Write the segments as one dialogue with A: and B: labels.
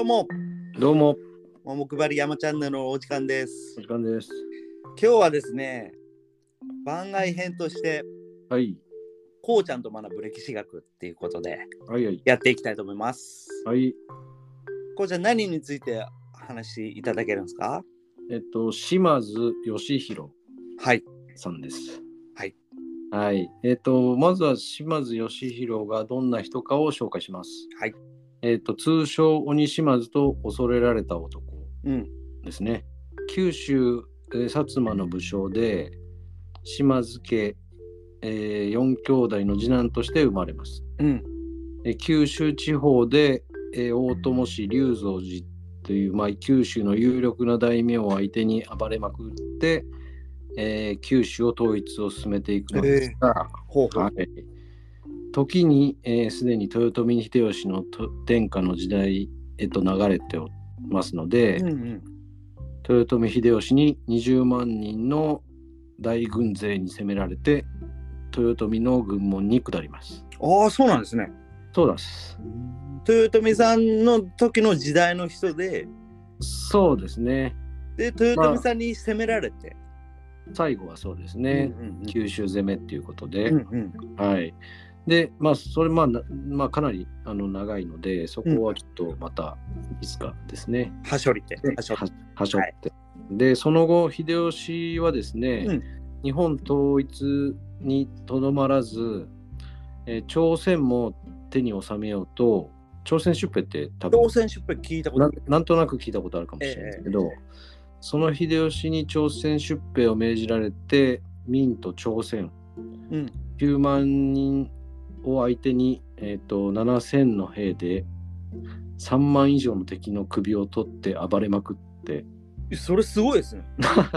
A: うも、
B: どうも、
A: もくばり山チャンネルのお時間です
B: お。時間です。
A: 今日はですね、番外編として、
B: はい、
A: こうちゃんと学ぶ歴史学っていうことで
B: はいはい、
A: やっていきたいと思います。
B: はい。
A: こうちゃん、何について話していただけるんですか
B: えっと、島津義弘
A: はい。
B: さんです。
A: はい。
B: はい。えっと、まずは島津義弘がどんな人かを紹介します。
A: はい。
B: えっと、通称鬼島津と恐れられた男
A: うん。
B: ですね。九州、えー薩摩の武将で、島津家、えー、4兄弟の次男として生まれます。
A: うん。
B: えー九州地方で、えー大友氏龍造寺という、まあ、九州の有力な大名を相手に暴れまくって、えー九州を統一を進めていくのですが、
A: ほうほう。
B: はい、時にすで、えー既に豊臣秀吉のと天下の時代へと流れておりますので、
A: うんうん。
B: 豊臣秀吉に20万人の大軍勢に攻められて豊臣の軍門に下ります。
A: ああ、そうなんですね。
B: そうなんです。
A: 豊臣さんの時の時代の人で、
B: そうですね。
A: で、豊臣さんに責められて。
B: 最後はそうです
A: うん
B: ね、
A: うん
B: 九州攻めっていうことで、
A: うんうん
B: はいでまあそれまあ、なまあ、かなりあの長いのでそこはちょっとまたいつかですね、
A: はしょりて。はしょ
B: ははしょって、でその後秀吉はですね、
A: うん
B: 日本統一にとどまらず、えー朝鮮も手に収めようと朝鮮出兵って多分
A: 朝鮮出兵聞いたこと
B: な
A: ある。
B: なんとなく聞いたことあるかもしれないですけど、その秀吉に朝鮮出兵を命じられて明と朝鮮
A: うん。
B: 9万人を相手に、えー、と7,000の兵で3万以上の敵の首を取って暴れまく って
A: それすごいですね。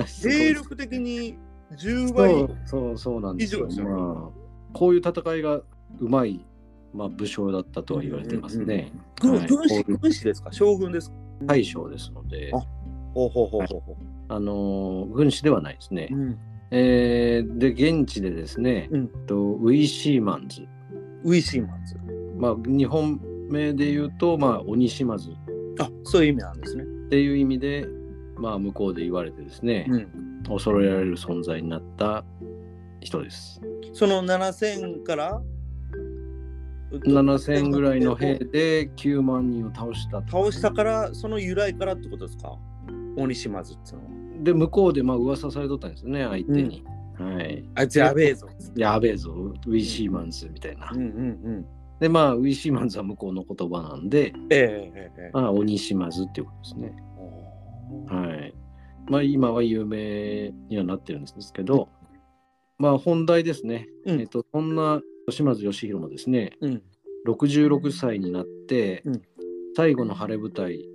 A: 勢力的に10
B: そ
A: 倍
B: う。そうそうなんですよ
A: 以上ですよ
B: まあ、こういう戦いがうまい、まあ、武将だったとは言われてますね。
A: 軍
B: はい
A: 軍
B: こ
A: 師
B: ういう
A: 軍師ですか将軍ですか
B: 大将ですので、
A: あほうほうほうほうほ
B: あのー軍師ではないですね
A: う。。うん
B: えーで現地でですね、
A: うん
B: えっとウィシーマンズ、
A: ウィシーマンズ。
B: まあ、日本名で言うと、まあ、鬼島津
A: あそういう意味なんですね。
B: っていう意味で、まあ、向こうで言われてですね、
A: うん。
B: 恐れられる存在になった人です。
A: その7000から
B: 7000ぐらいの兵で9万人を倒したと。
A: 倒したからその由来からってことですか鬼島津っていうのは。
B: で、向こうでまあ噂されとったんですね、相手に。はい。
A: あいつやべえぞ。
B: やべえぞ、ウィシーマンズみたいな。
A: うんうん
B: で、まあ、ウィシーマンズは向こうの言葉なんで、
A: うん。ええええええ。
B: まあ、鬼島津っていうことですね。はい。まあ、今は有名にはなってるんですけど、まあ、本題ですね。
A: うん
B: えっと、そんな島津義弘もですね、
A: うん
B: 66歳になって、
A: うん
B: 最後の晴れ舞台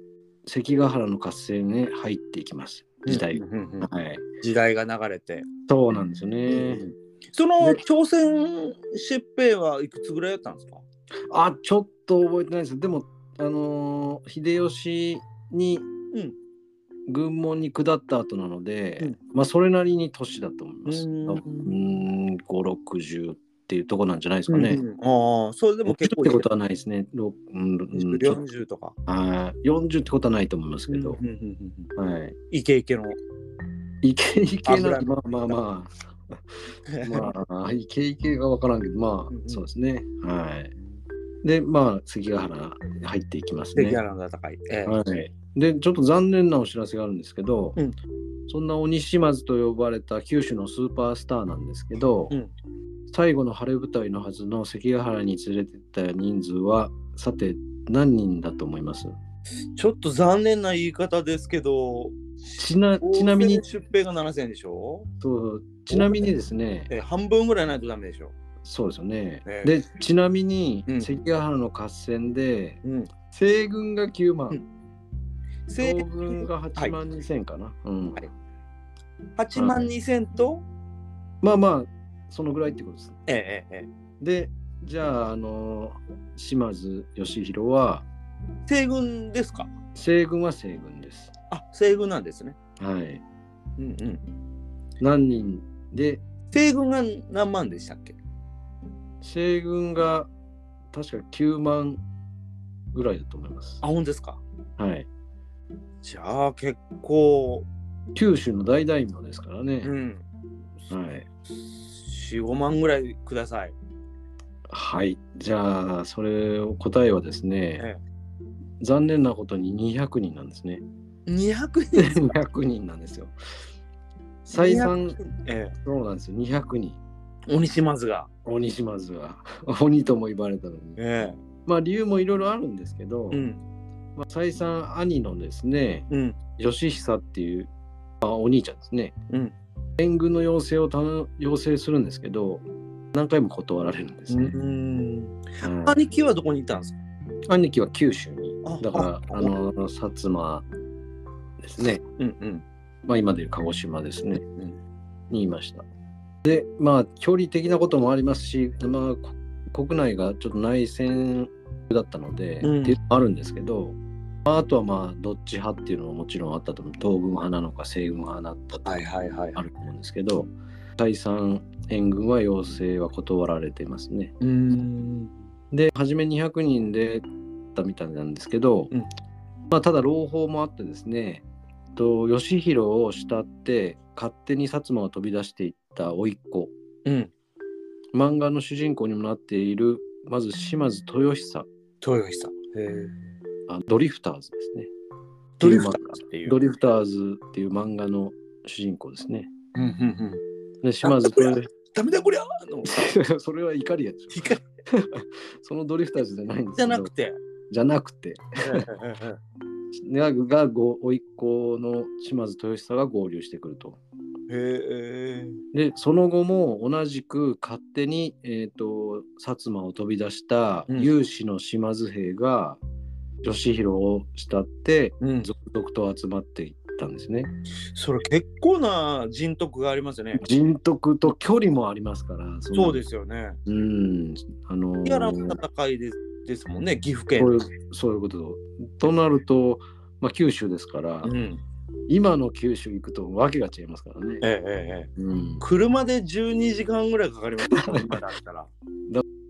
B: 関ヶ原の合戦へ入っていきます時代
A: うんうんうん
B: はい
A: 時代が流れて。
B: そうなんですよね、
A: うんその朝鮮出兵はいくつぐらいだったんですか
B: あちょっと覚えてないですでもあのー秀吉に
A: うん
B: 軍門に下った後なので、
A: うん
B: まあそれなりに年だと思います
A: う
B: う
A: ーん
B: ん560っていうとこなんじゃないですかね、
A: うんうんああ、それでも
B: 結
A: 結
B: 構
A: 構
B: ってことはないですね。ろうんうんちょっと
A: 40とか。
B: あー40ってことはないと思いますけど
A: う、んうんうんうん
B: はい。
A: イケイケの。
B: イケイケな
A: 油
B: まあまあま あ、まあ、イケイケが分からんけど、ま
A: うんうん
B: あ、そうですね。はい。で、まあ、関ヶ原入っていきます
A: で、
B: ね
A: ギ。ャラの戦い。ええ
B: はい。で、ちょっと残念なお知らせがあるんですけど、
A: うん
B: そんな鬼島津と呼ばれた九州のスーパースターなんですけど、
A: うん
B: 最後の晴れ舞台のはずの関ヶ原に連れてった人数は、さて、何人だと思います
A: ちょっと残念な言い方ですけど、
B: ちな ちなみに
A: 朝、鮮出兵が7000でしょ
B: そうちなみにですね、
A: ええ半分ぐらいないとダメでしょ。
B: そうですよね。
A: ええ
B: で、ちなみに、
A: うん
B: 関ヶ原の合戦で、
A: うん。
B: 西軍が9万、
A: うん西
B: 東軍が8万2千かな、うん
A: はい8万2000と、
B: まあまあ、そのぐらいってことです。
A: ええええええ
B: で、じゃあ、あの島津義弘は、
A: 西軍ですか
B: 西軍は西軍です。
A: あ、西軍なんですね。
B: はい。
A: うんうん。
B: 何人で、
A: 西軍が何万でしたっけ
B: 西軍が確か9万ぐらいだと思います。
A: あ、ほんですか
B: はい、
A: じゃあ結構、
B: 九州の大大名ですからね、
A: うん。
B: はい、
A: 4、5万ぐらいください。
B: はい、じゃあそれを答えはですね、
A: え
B: 残念なことに200人なんですね
A: 200人
B: 200人なんですよ再三
A: え
B: そうなんですよ200人
A: え、鬼島津が。
B: 鬼島津は鬼とも言われたのに
A: え
B: まあ理由もいろいろあるんですけど、
A: え。うん。
B: まあ、再三兄のですね
A: うん。
B: 義久っていう、まあ、お兄ちゃんですね、
A: うん
B: 援軍の要請を頼要請するんですけど何回も断られるんです
A: う
B: ね、
A: ん。
B: はい
A: 兄貴はどこにいたんですか
B: 兄貴は九州に
A: あ
B: だから
A: あ
B: あの薩摩ですね、
A: うんうん。
B: まあ、今でいう鹿児島ですね
A: うん
B: にいましたでまあ距離的なこともありますし、まあ、こ国内がちょっと内戦だったので、
A: うん
B: っていうのもあるんですけど、まあ、あとはまあどっち派っていうのももちろんあったと思う東軍派なのか西軍派なのか
A: はいはいはい。
B: あると思うんですけど再三援軍は要請は断られてますね
A: うん。
B: で初め200人でだみたいなんですけど、
A: うん
B: まあ、ただ朗報もあってですねえっと義弘を慕って勝手に薩摩を飛び出していった甥っ子
A: うん。
B: 漫画の主人公にもなっているまず島津豊久
A: 豊久。へえ。
B: あドリフターズですね
A: ドリフターズっていう。
B: ドリフターズっていう漫画の主人公ですね
A: うんうんうん。
B: で島津豊
A: ダメだこりゃあの、
B: 久それは怒りやでしょ
A: 光
B: そのドリフターズじゃないんで
A: じ
B: すけ
A: ゃ
B: ど
A: なく て。
B: じゃなくてががご甥っ子の島津豊久が合流してくると。
A: へえ。
B: でその後も同じく勝手に、えー、と薩摩を飛び出した
A: うん
B: 有志の島津兵が義弘を慕って
A: うん。
B: 続々と集まっていったんですね。
A: それ結構な人徳がありますよね。
B: 人徳と距離もありますからそ
A: そう
B: す。
A: ですよね。
B: うんあのー
A: やらの戦いですですもんね、岐阜県
B: そ。ういうそういうこととなると、まあ、九州ですから、
A: うん。
B: 今の九州行くとわけが違いますからね。
A: ええええええ。
B: うん、
A: 車で12時間ぐらいかかりますよ、今だったら。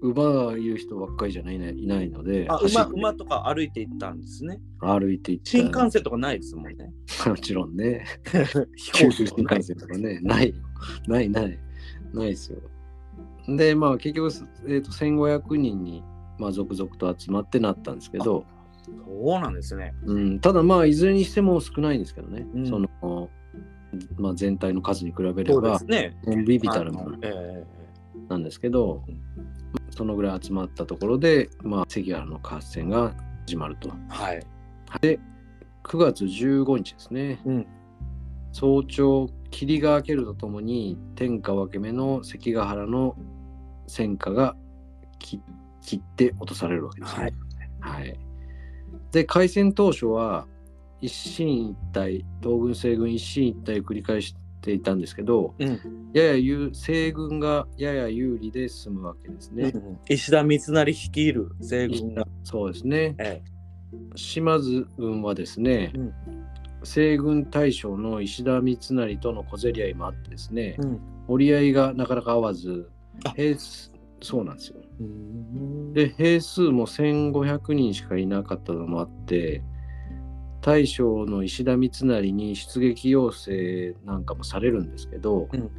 B: 馬がいる人ばっかりじゃない,、ね、いないので
A: あ
B: 走
A: 馬
B: って
A: 馬とか歩いて行ったんですね。
B: 歩いていった
A: 新幹線とかないですもんね。
B: もちろんね
A: 飛
B: 九
A: 行
B: 州
A: 機
B: 新幹線とかね、 ない、ない、ない、ないですよ。で、まあ結局、えー、と1500人に、まあ、続々と集まってなったんですけど、
A: そうなんですね。
B: うん、ただまあいずれにしても少ないんですけどね、
A: うん
B: その、まあ、全体の数に比べれ
A: そうで
B: ば
A: す、ね。
B: コンビビタルな
A: あのえ
B: なんですけど、そのぐらい集まったところで、まあ、関ヶ原の合戦が始まると。
A: えはい。
B: 9月15日ですね、
A: うん
B: 早朝霧が明けるとともに天下分け目の関ヶ原の戦火が切切って落とされるわけですね。はいで開戦当初は一進一退東軍西軍一進一退を繰り返していたんですけど
A: うん。
B: やや有西軍がやや有利で進むわけですね。
A: うん石田三成率いる西軍が。
B: そうですね
A: え
B: 島津軍はですね、
A: うん
B: 西軍大将の石田三成との小競り合いもあってですね
A: え、うん。
B: 折り合いがなかなか合わず
A: あ
B: 兵数そうなんですよ
A: うん
B: で兵数も1500人しかいなかったのもあって大将の石田三成に出撃要請なんかもされるんですけど、
A: うん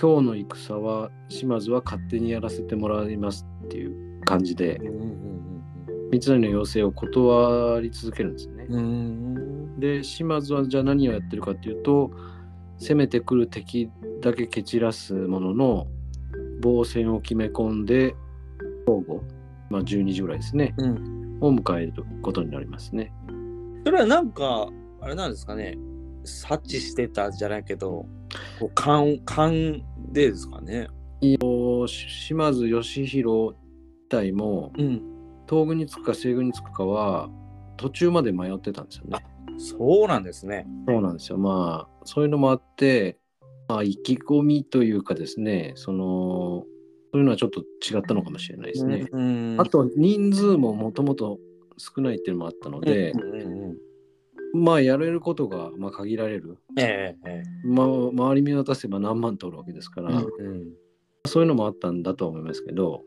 B: 今日の戦は島津は勝手にやらせてもらいますっていう感じで
A: うんうん
B: 三成の要請を断り続けるんですね。
A: うんうん
B: で島津はじゃあ何をやってるかっていうと攻めてくる敵だけ蹴散らすものの防戦を決め込んで正午、まあ、12時ぐらいですね
A: うんうん
B: を迎えることになりますね。
A: それはなんかあれなんですかね察知してたじゃないけどこう勘勘でですかね
B: こうし島津義弘隊も
A: うん
B: 東軍につくか西軍につくかは途中まで迷ってたんですよね。
A: そうなんですね
B: そうなんですよまあそういうのもあって、まあ、意気込みというかですねそのそういうのはちょっと違ったのかもしれないですね。
A: うん
B: あと人数ももともと少ないっていうのもあったので
A: う、んうんうん
B: まあやれることがまあ限られる、
A: えええ
B: まあ、周り見渡せば何万取るわけですか
A: え
B: ら、
A: うんうん
B: そういうのもあったんだと思いますけど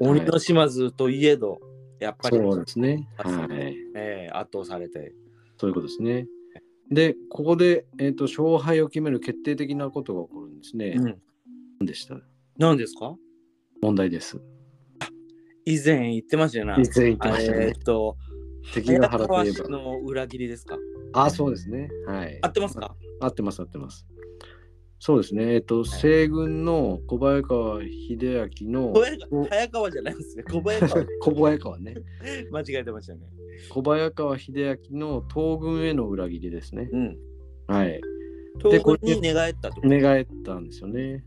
A: 鬼の島津といえどやっぱり、
B: そうですね。
A: あそう
B: はい。
A: えー圧倒されて。
B: そういうことですね。で、ここで、えー、と勝敗を決める決定的なことが起こるんですね。
A: うん、
B: 何でした
A: 何ですか
B: 問題です。
A: 以前言ってましたよ
B: 以
A: ね。
B: 前言ってました
A: え
B: ね
A: ー。っと、
B: 敵
A: 早
B: が原と
A: 川
B: いえ
A: 氏
B: ば。
A: の裏切りですか
B: あ、そうですね。はい。
A: 合ってますか
B: 合ってます、合ってます。そうですね。えっ、と、西軍の小早川秀明の
A: 小早川早川じゃないですね。小早川
B: 小早川ね。
A: 間違えてましたよね。
B: 小早川秀明の東軍への裏切りですね。
A: うん。
B: はい。
A: 東
B: これ
A: 軍に寝返ったってこと
B: 寝返ったんですよね。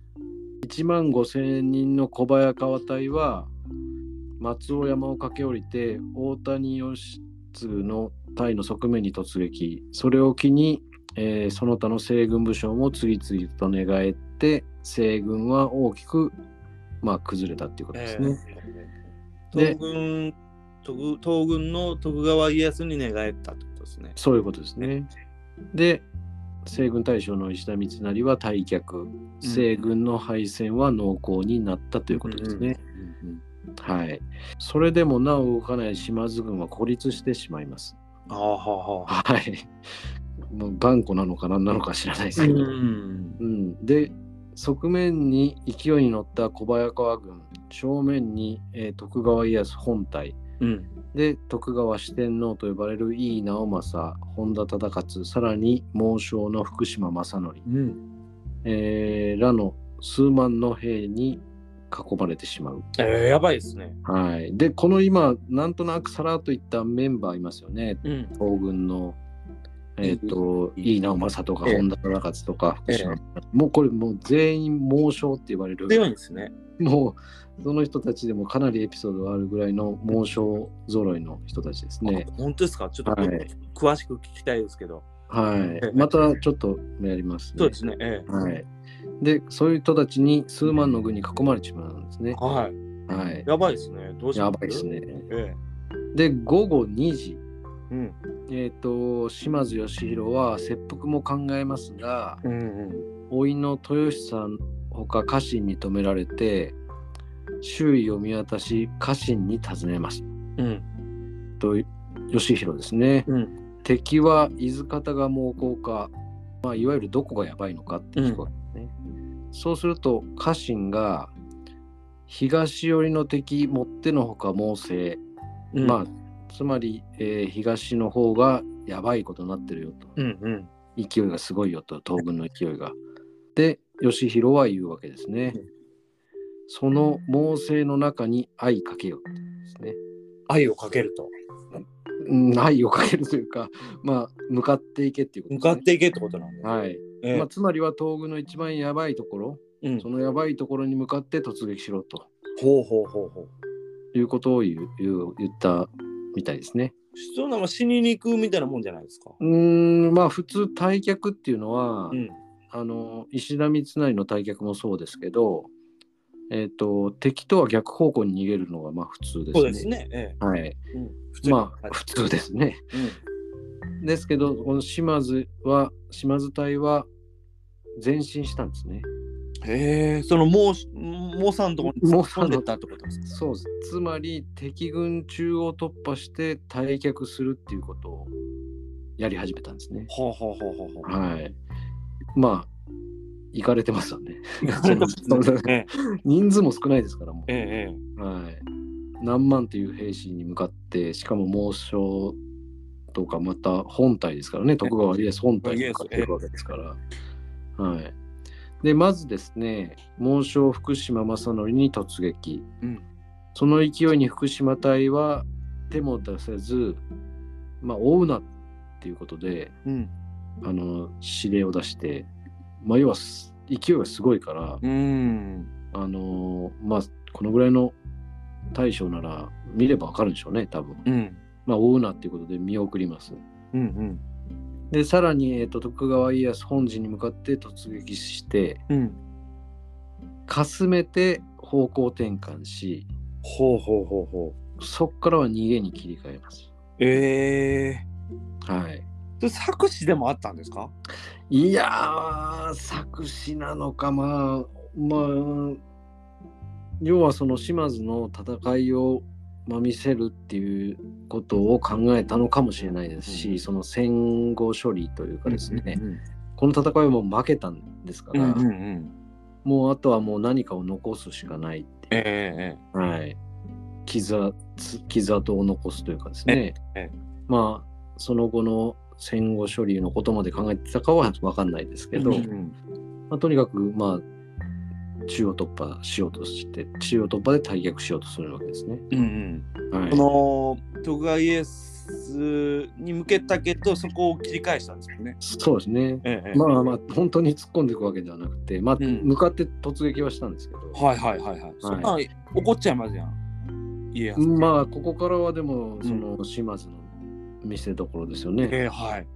B: 1万5,000人の小早川隊は松尾山を駆け下りて大谷義継の隊の側面に突撃それを機に、えーその他の西軍武将も次々と寝返って西軍は大きく、まあ、崩れたっていうことですね。
A: えー東軍徳東軍の徳川家康に寝返ったってことですね。
B: そういうことですね。で西軍大将の石田三成は退却西軍の敗戦は濃厚になったということですね。
A: うんうんうんうん
B: はい。それでもなお動かない島津軍は孤立してしまいます。
A: あーはあはあ。
B: はい。もう頑固なのか何なのか知らないです
A: う
B: けど。
A: ん。
B: うん、で、側面に勢いに乗った小早川軍、正面に、えー徳川家康本体、
A: うん。
B: で、徳川四天王と呼ばれる井伊直政、本田忠勝、さらに猛将の福島正則、
A: うん。
B: えーらの数万の兵に囲まれてしまう。
A: えー、やばいですね。
B: はい、でこの今なんとなくさらっといったメンバーいますよね
A: うん。
B: 東軍のえっ、と
A: いい
B: 井伊直政とか
A: ええ
B: 本田忠勝とか福
A: ええ
B: 島、もうこれもう全員猛将って言われる
A: 強いんですね。
B: もうその人たちでもかなりエピソードがあるぐらいの猛将揃いの人たちですね
A: あ本当ですかちょっと、
B: はい
A: 詳しく聞きたいですけど。
B: はいまたちょっとやりますね
A: そうですね。ええ
B: はいでそういう人たちに数万の軍に囲まれてしまうんですね
A: はい。
B: はい
A: やばいですね。どうします
B: やばいです。ね
A: ええ
B: で午後2時
A: うん。
B: えー、と島津義弘は切腹も考えますが
A: うんうん。
B: 老いの豊久さんほか家臣に止められて周囲を見渡し家臣に尋ねます
A: うん。
B: と義弘ですね
A: うん。
B: 敵は伊豆方が猛攻か、まあ、いわゆるどこがやばいのかって聞くわけですね、そうすると家臣が東寄りの敵もってのほか猛省、
A: うん。
B: まあつまり、えー東の方がやばいことになってるよと。
A: うんうん。
B: 勢いがすごいよと東軍の勢いが。で義弘は言うわけですね
A: うん。
B: その猛省の中に愛かけよって言うんですね。
A: 愛をかけると。
B: うん愛をかけるというか、まあ、向かっていけっていうこと
A: 向
B: ですね、
A: かっていけってことなんで。
B: はい
A: ええ
B: まあ、つまりは東軍の一番やばいところ、
A: うん
B: そのやばいところに向かって突撃しろと
A: ほうほうほうほう。
B: いうことを言う言う言ったみたいですね。
A: そんなもん死にに行くみたいなもんじゃないですか。
B: うーんまあ普通退却っていうのは、
A: うん。
B: あの石田三成の退却もそうですけど、えー、と敵とは逆方向に逃げるのがまあ普通ですね。
A: そうですね。え
B: はい、
A: え。うん。普。
B: まあ普通ですすね。ですけどこの島津は島津隊は前進したんですね。
A: うんへえ、そのもう、もうさんとこに
B: もう
A: 突
B: さ
A: っ込ん
B: ん
A: で
B: の
A: ったってことですか。
B: そうですつまり敵軍中央突破して退却するっていうことをやり始めたんですね。
A: ほうほうほうほうほう。
B: はい。まあ行かれてますよね。
A: え
B: 人数も少ないですからもう
A: え。ええ。え
B: はい、何万という兵士に向かってしかも猛将とかまた本体ですからね徳川家康本体に向かってるわけですから。はい、でまずですね猛将福島正則に突撃
A: えうん。
B: その勢いに福島隊は手も出せず、まあ、追うなっていうことで
A: うん。
B: あの指令を出して、まあ、要はす勢いがすごいから
A: うーん。
B: あのーまあこのぐらいの大将なら見ればわかるんでしょうね多分
A: うん。
B: まあ追うなっていうことで見送ります
A: うんうん。
B: でさらに、えー、と徳川家康本陣に向かって突撃して
A: うん。
B: かすめて方向転換し
A: ほうほうほうほう。
B: そこからは逃げに切り替えます
A: ええ。
B: はい
A: それ作詞でもあったんですか
B: いやー作詞なのかまあまあ要はその島津の戦いを、まあ、見せるっていうことを考えたのかもしれないですし、
A: うん
B: その戦後処理というかですね、
A: うん
B: この戦いはもう負けたんですか
A: う
B: ら、
A: んうんうん
B: もうあとはもう何かを残すしかないって
A: え
B: い
A: え
B: う、
A: ええ
B: はい、傷つ傷跡を残すというかですね、
A: ええ
B: まあその後の戦後処理のことまで考えてたかは分かんないですけど、
A: うんうん
B: まあ、とにかくまあ中央突破しようとして中央突破で退却しようとするわけですね。
A: うんうん
B: はい
A: この徳川家康に向けたけどそこを切り返したんですよね。
B: そうですね。
A: ええ
B: まあまあ本当に突っ込んでいくわけではなくて、まあ、
A: うん
B: 向かって突撃はしたんですけど、
A: はいはいはいはい。そんな怒っちゃいますやん。家康。
B: まあここからはでも
A: ん
B: その島津の見せどころですよね。
A: ええはい。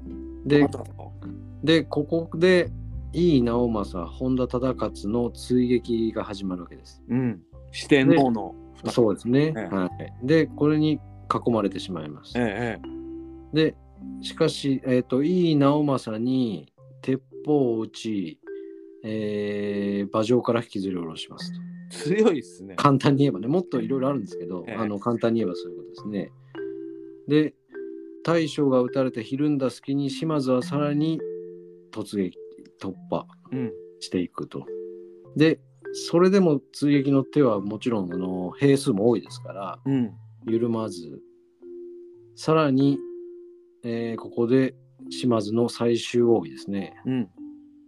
B: で
A: またか
B: でここで井伊直政本田忠勝の追撃が始まるわけです。
A: うん。四天王の。
B: そうですね。
A: ええ
B: はい、でこれに囲まれてしまいます。
A: ええ
B: でしかし、えー、と井伊直政に鉄砲を撃ち、えー馬上から引きずり下ろしますと
A: ええ強いっすね。
B: 簡単に言えばねもっといろいろあるんですけど、
A: ええ
B: あの簡単に言えばそういうことですねで大将が撃たれてひるんだ隙に島津はさらに突撃突破
A: うん。
B: していくとでそれでも追撃の手はもちろんあの兵数も多いですから、
A: うん。
B: 緩まずさらに、えーここで島津の最終奥義ですね
A: うん。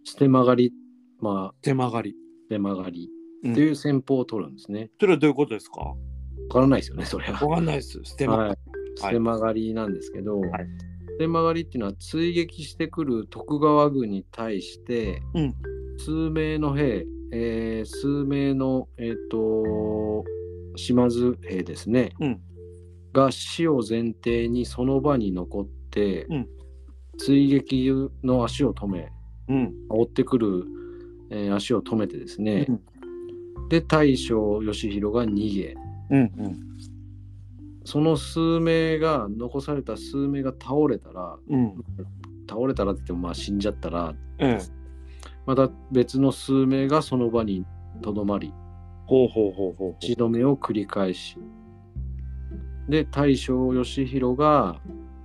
B: 捨て曲がりまあ
A: 手曲がり。
B: 捨て曲がり
A: うん
B: っていう戦法を取るんですね、
A: それはどういうことですか
B: わからないですよねそれは、
A: わかんないです。捨て曲が
B: は
A: り
B: い、捨て曲がりなんですけど、
A: はい
B: 捨て曲がりっていうのは追撃してくる徳川軍に対して、
A: うん
B: 数名の兵、えー数名のえっ、と島津兵ですね、
A: うん
B: が死を前提にその場に残って、
A: うん
B: 追撃の足を止め
A: うん。
B: 追ってくる、えー足を止めてですね、
A: うん
B: で大将義弘が逃げ、
A: うんうん。
B: その数名が残された数名が倒れたら
A: うん。
B: 倒れたらって言ってもまあ死んじゃったら
A: ええ。
B: また別の数名がその場にとどまり
A: ほうほうほうほうほ
B: 血止めを繰り返しで大将義弘が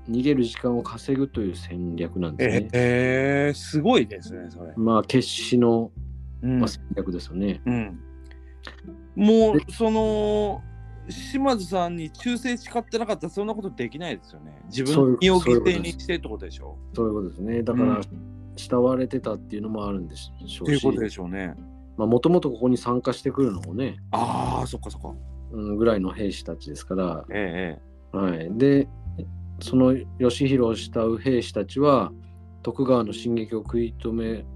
B: 逃げる時間を稼ぐという戦略なん
A: う。
B: です
A: え
B: ね。
A: ええすごいですね、それ。
B: まあ決死の、
A: うん
B: まあ、戦略ですよね。
A: うん。もう、その、島津さんに忠誠誓ってなかったら、そんなことできないですよね。自分
B: そうい
A: の
B: う
A: 身を
B: そうい
A: 犠
B: うこと
A: 牲
B: です
A: にしてってことでしょ
B: そういうことですね。だか
A: う
B: ら
A: ん
B: 慕われてたっていうのもあるんでしょ
A: う。っ
B: う
A: ていう
B: し
A: ことでしょうね。
B: まあもともとここに参加してくるのもね、
A: ああ、そっかそっか。
B: うん、ぐらいの兵士たちですから
A: え
B: はい、でその義弘を慕う兵士たちは徳川の進撃を食い止め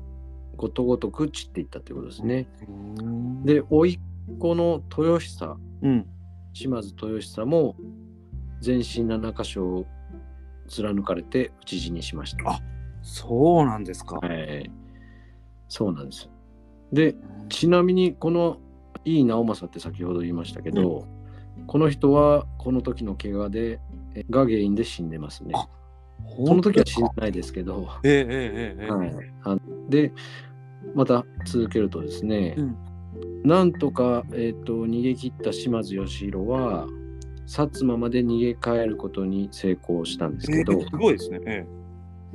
B: ことごとく散っていったということですね。
A: えええ。うん。
B: で甥っ子の豊久
A: うん。
B: 島津豊久も全身7箇所を貫かれて討ち死にしました。
A: あそうなんですか。
B: はい、そうなんです。でちなみにこの井伊直政って先ほど言いましたけど、この人はこの時の怪我でえが原因で死んでますね。
A: あ
B: この時は死
A: 知
B: んでないですけど、
A: ええええええ。
B: はい、あでまた続けるとですね、
A: うん
B: なんとか、えー、と逃げ切った島津義弘は薩摩まで逃げ帰ることに成功したんですけど、
A: ええすごいですね。ええ。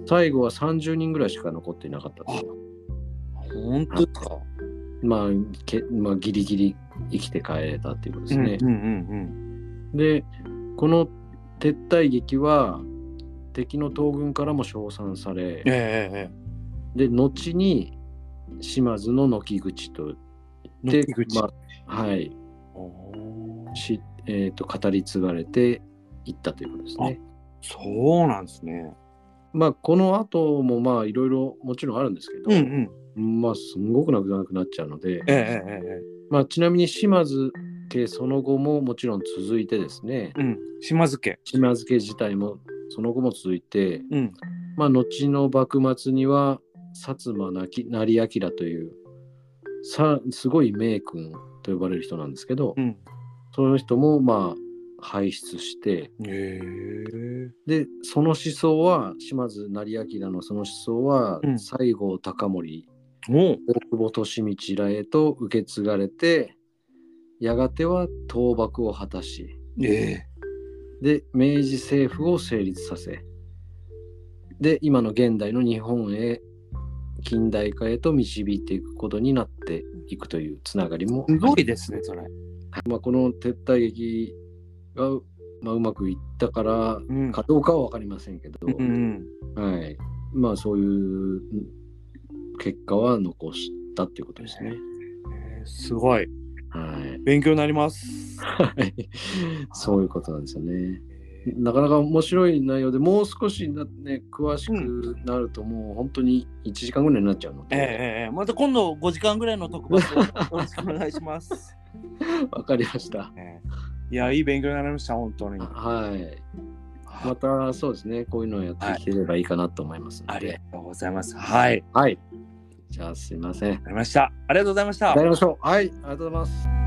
B: 最後は30人ぐらいしか残っていなかったと
A: 本当ですか。
B: まあけまあ、ギリギリ生きて帰れたっていうことですね。
A: うんうん
B: でこの撤退劇は敵の東軍からも称賛され
A: うん。え、ええええ
B: で後に島津の軒口と
A: え。
B: で
A: 野木口。
B: まあはい
A: おー
B: し、えー、と語り継がれていったということですね。
A: そうなんですね。
B: まあこの後もまあいろいろもちろんあるんですけど、
A: うんうん。
B: まあすんごくなくなくなっちゃうので、
A: えええええ
B: まあ、ちなみに島津家その後ももちろん続いてですね
A: え。うん。島津家。
B: 島津家自体もその後も続いて、
A: うん。
B: まあ、後の幕末には薩摩なき成明というさすごい名君と呼ばれる人なんですけど、
A: うん。
B: その人もまあ輩出して
A: へえ。
B: でその思想は島津成明のその思想は、
A: うん
B: 西郷隆盛
A: おう
B: 大久保利通らへと受け継がれてやがては倒幕を果たし
A: え
B: で明治政府を成立させで今の現代の日本へ近代化へと導いていくことになっていくというつながりも
A: すごいですね、それ。
B: まあ、この撤退劇が、まあ、うまくいったから
A: うん
B: かどうかは分かりませんけど、
A: うん
B: はい、まあそういう結果は残したっていうことですね。
A: えーすごい。
B: はい、
A: 勉強になります。
B: はいそういうことなんですよね。なかなか面白い内容でもう少しな、ね、詳しくなるともう本当に1時間ぐらいになっちゃうの
A: えー
B: で、
A: えーまた今度5時間ぐらいの特番をよろしくお願いします。
B: わかりました。
A: えーいや、いい勉強になりました、本当に。
B: はい。またそうですね、こういうのをやっていければいいかなと思いますの
A: あり
B: で
A: が。とうございます。はい、わ
B: はい。じゃあすいません。
A: かりました。ありがとうございました
B: や。りましょう。はい、ありがとうございます。